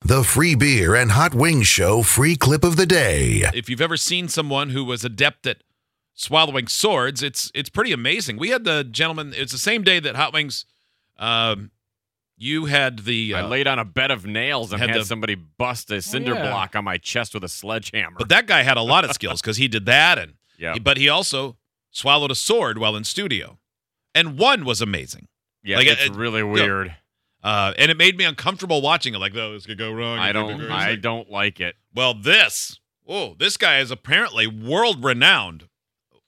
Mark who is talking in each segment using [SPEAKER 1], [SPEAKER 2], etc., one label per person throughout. [SPEAKER 1] The free beer and hot wings show free clip of the day.
[SPEAKER 2] If you've ever seen someone who was adept at swallowing swords, it's it's pretty amazing. We had the gentleman. It's the same day that Hot Wings. Um, you had the.
[SPEAKER 3] I
[SPEAKER 2] uh,
[SPEAKER 3] laid on a bed of nails and
[SPEAKER 2] had
[SPEAKER 3] had,
[SPEAKER 2] the-
[SPEAKER 3] somebody bust a cinder
[SPEAKER 4] yeah.
[SPEAKER 3] block on my chest with a sledgehammer.
[SPEAKER 2] but that guy had a lot of skills because he did that, and
[SPEAKER 3] yeah,
[SPEAKER 2] but he also swallowed a sword while in studio, and one was amazing.
[SPEAKER 3] yeah,
[SPEAKER 2] like,
[SPEAKER 3] it's
[SPEAKER 2] uh,
[SPEAKER 3] really weird.
[SPEAKER 2] Uh, and it made me uncomfortable watching it. Like, oh, this could go wrong.
[SPEAKER 3] I
[SPEAKER 2] It could
[SPEAKER 3] don't,
[SPEAKER 2] go wrong."
[SPEAKER 3] I don't like it.
[SPEAKER 2] Well, this. Oh, this guy is apparently world renowned,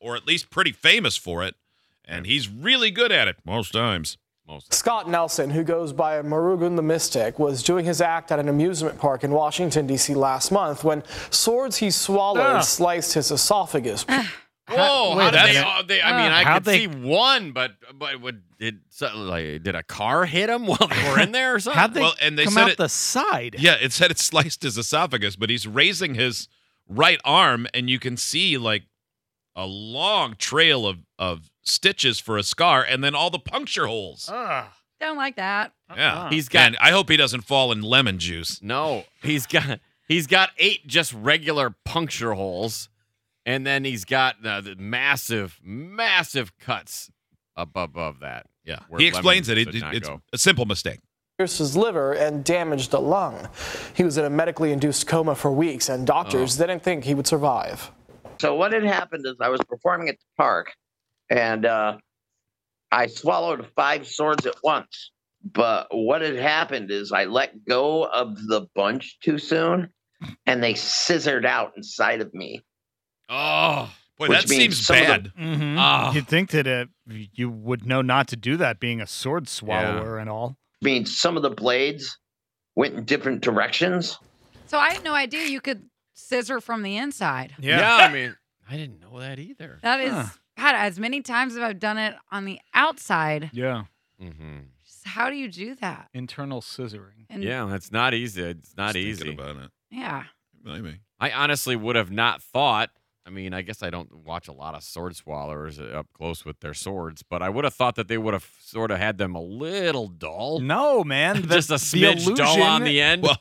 [SPEAKER 2] or at least pretty famous for it, and he's really good at it most times.
[SPEAKER 3] Most
[SPEAKER 4] Scott Nelson, who goes by Marugun the Mystic, was doing his act at an amusement park in Washington, D.C. last month when swords he swallowed sliced his esophagus.
[SPEAKER 3] Whoa!
[SPEAKER 5] wait
[SPEAKER 3] How
[SPEAKER 5] a
[SPEAKER 3] did they,
[SPEAKER 5] minute.
[SPEAKER 3] oh, they? I mean, I
[SPEAKER 5] How'd
[SPEAKER 3] could
[SPEAKER 5] they-
[SPEAKER 3] see one, but but would did so, like did a car hit him while they were in there or something?
[SPEAKER 5] How'd they,
[SPEAKER 2] Well, and they
[SPEAKER 5] come
[SPEAKER 2] said
[SPEAKER 5] out
[SPEAKER 2] it-
[SPEAKER 5] the side?
[SPEAKER 2] Yeah, it said it sliced his esophagus, but he's raising his right arm, and you can see like a long trail of of stitches for a scar, and then all the puncture holes.
[SPEAKER 6] Don't like that.
[SPEAKER 2] yeah,
[SPEAKER 3] He's got-
[SPEAKER 2] And I hope he doesn't fall in lemon juice.
[SPEAKER 3] No, he's got he's got eight just regular puncture holes, and then he's got uh, the massive, massive cuts up above that.
[SPEAKER 2] Yeah,
[SPEAKER 3] Where
[SPEAKER 2] he explains it.
[SPEAKER 3] lemons
[SPEAKER 2] it
[SPEAKER 3] did not
[SPEAKER 2] it's
[SPEAKER 3] go.
[SPEAKER 2] a simple mistake.
[SPEAKER 4] Pierced his liver and damaged the lung. He was in a medically induced coma for weeks, and doctors didn't think he would survive.
[SPEAKER 7] So what had happened is I was performing at the park, and uh, I swallowed five swords at once. But what had happened is I let go of the bunch too soon, and they scissored out inside of me.
[SPEAKER 3] Oh,
[SPEAKER 2] Boy,
[SPEAKER 7] Which
[SPEAKER 2] that
[SPEAKER 7] means
[SPEAKER 2] seems
[SPEAKER 7] some of the-
[SPEAKER 2] bad.
[SPEAKER 5] Mm-hmm.
[SPEAKER 3] Ah.
[SPEAKER 5] You'd think that uh, you would know not to do that, being a sword swallower and all.
[SPEAKER 7] I mean, some of the blades went in different directions.
[SPEAKER 6] So I had no idea you could scissor from the inside.
[SPEAKER 3] yeah. I mean, I didn't know that either.
[SPEAKER 6] That is,
[SPEAKER 5] Huh.
[SPEAKER 6] God, as many times as I've done it on the outside,
[SPEAKER 5] Yeah.
[SPEAKER 3] Mm-hmm.
[SPEAKER 6] just how do you do that?
[SPEAKER 5] Internal scissoring.
[SPEAKER 6] And
[SPEAKER 3] Yeah, that's not easy. It's not
[SPEAKER 2] Just thinking
[SPEAKER 3] easy.
[SPEAKER 2] about it.
[SPEAKER 6] yeah.
[SPEAKER 2] Maybe.
[SPEAKER 3] I honestly would have not thought. I mean, I guess I don't watch a lot of sword swallowers uh, up close with their swords, but I would have thought that they would have sort of had them a little dull.
[SPEAKER 5] No, man.
[SPEAKER 3] Just a
[SPEAKER 5] the-
[SPEAKER 3] smidge
[SPEAKER 5] the
[SPEAKER 3] dull on
[SPEAKER 5] illusion-
[SPEAKER 3] the end.
[SPEAKER 2] Well,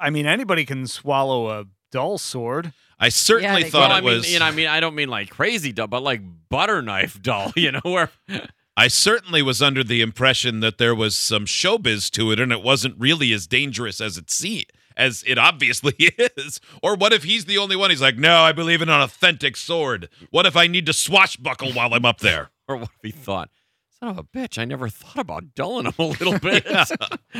[SPEAKER 5] I mean, anybody can swallow a dull sword.
[SPEAKER 2] I certainly
[SPEAKER 6] they-
[SPEAKER 2] thought
[SPEAKER 3] Well,
[SPEAKER 2] it
[SPEAKER 3] I mean,
[SPEAKER 2] was.
[SPEAKER 3] you know, I mean, I don't mean like crazy dull, but like butter knife doll. You know, where
[SPEAKER 2] I certainly was under the impression that there was some showbiz to it, and it wasn't really as dangerous as it se- as it obviously is. Or what if he's the only one? He's like, no, I believe in an authentic sword. What if I need to swashbuckle while I'm up there?
[SPEAKER 3] or what if he thought, son of a bitch, I never thought about dulling him a little bit.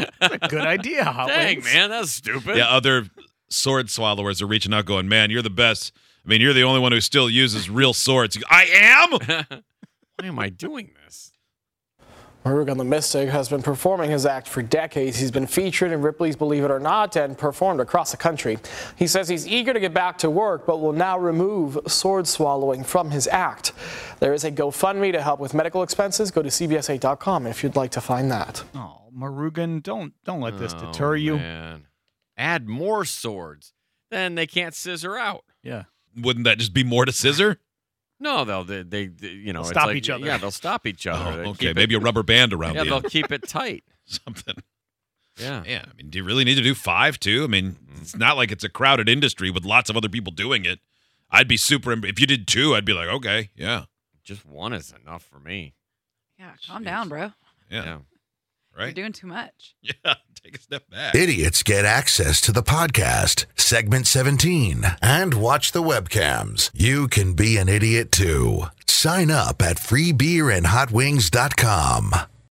[SPEAKER 5] Good idea, Hot
[SPEAKER 3] Dang,
[SPEAKER 5] Wings.
[SPEAKER 3] man, that's stupid.
[SPEAKER 2] Yeah, other sword swallowers are reaching out, going, man, you're the best. I mean, you're the only one who still uses real swords. I am.
[SPEAKER 3] Why am I doing this?
[SPEAKER 4] Marugan the Mystic has been performing his act for decades. He's been featured in Ripley's Believe It or Not and performed across the country. He says he's eager to get back to work, but will now remove sword swallowing from his act. There is a GoFundMe to help with medical expenses. Go to CBSA.com if you'd like to find that.
[SPEAKER 5] Oh, Marugan, don't don't let this deter you.
[SPEAKER 3] Oh, Man. Add more swords, then they can't scissor out.
[SPEAKER 5] Yeah.
[SPEAKER 2] Wouldn't that just be more to scissor?
[SPEAKER 3] No, they'll they, they, they- you know
[SPEAKER 5] They'll
[SPEAKER 3] it's
[SPEAKER 5] stop
[SPEAKER 3] like-
[SPEAKER 5] each other.
[SPEAKER 3] Yeah, they'll stop each
[SPEAKER 2] Oh,
[SPEAKER 3] other. They
[SPEAKER 2] okay,
[SPEAKER 3] keep
[SPEAKER 2] maybe
[SPEAKER 3] it,
[SPEAKER 2] a rubber band around
[SPEAKER 3] yeah,
[SPEAKER 2] the
[SPEAKER 3] they'll
[SPEAKER 2] end.
[SPEAKER 3] keep it tight.
[SPEAKER 2] something.
[SPEAKER 3] Yeah,
[SPEAKER 2] Yeah, I mean, do you really need to do five too? I mean, it's not like it's a crowded industry with lots of other people doing it. I'd be super if you did two. I'd be like, okay, yeah,
[SPEAKER 3] just one is enough for me.
[SPEAKER 6] Yeah. Calm down, bro.
[SPEAKER 2] yeah,
[SPEAKER 3] yeah.
[SPEAKER 6] You're
[SPEAKER 2] right,
[SPEAKER 6] doing too much.
[SPEAKER 2] yeah. Take a step back.
[SPEAKER 1] Idiots get access to the podcast, segment 17, and watch the webcams. You can be an idiot too. Sign up at freebeerandhotwings.com.